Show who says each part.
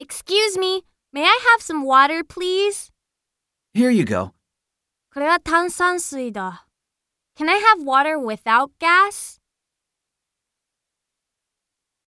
Speaker 1: Excuse me, may I have some water, please?
Speaker 2: Here you go.
Speaker 1: これは炭酸水だ。Can I have water without gas?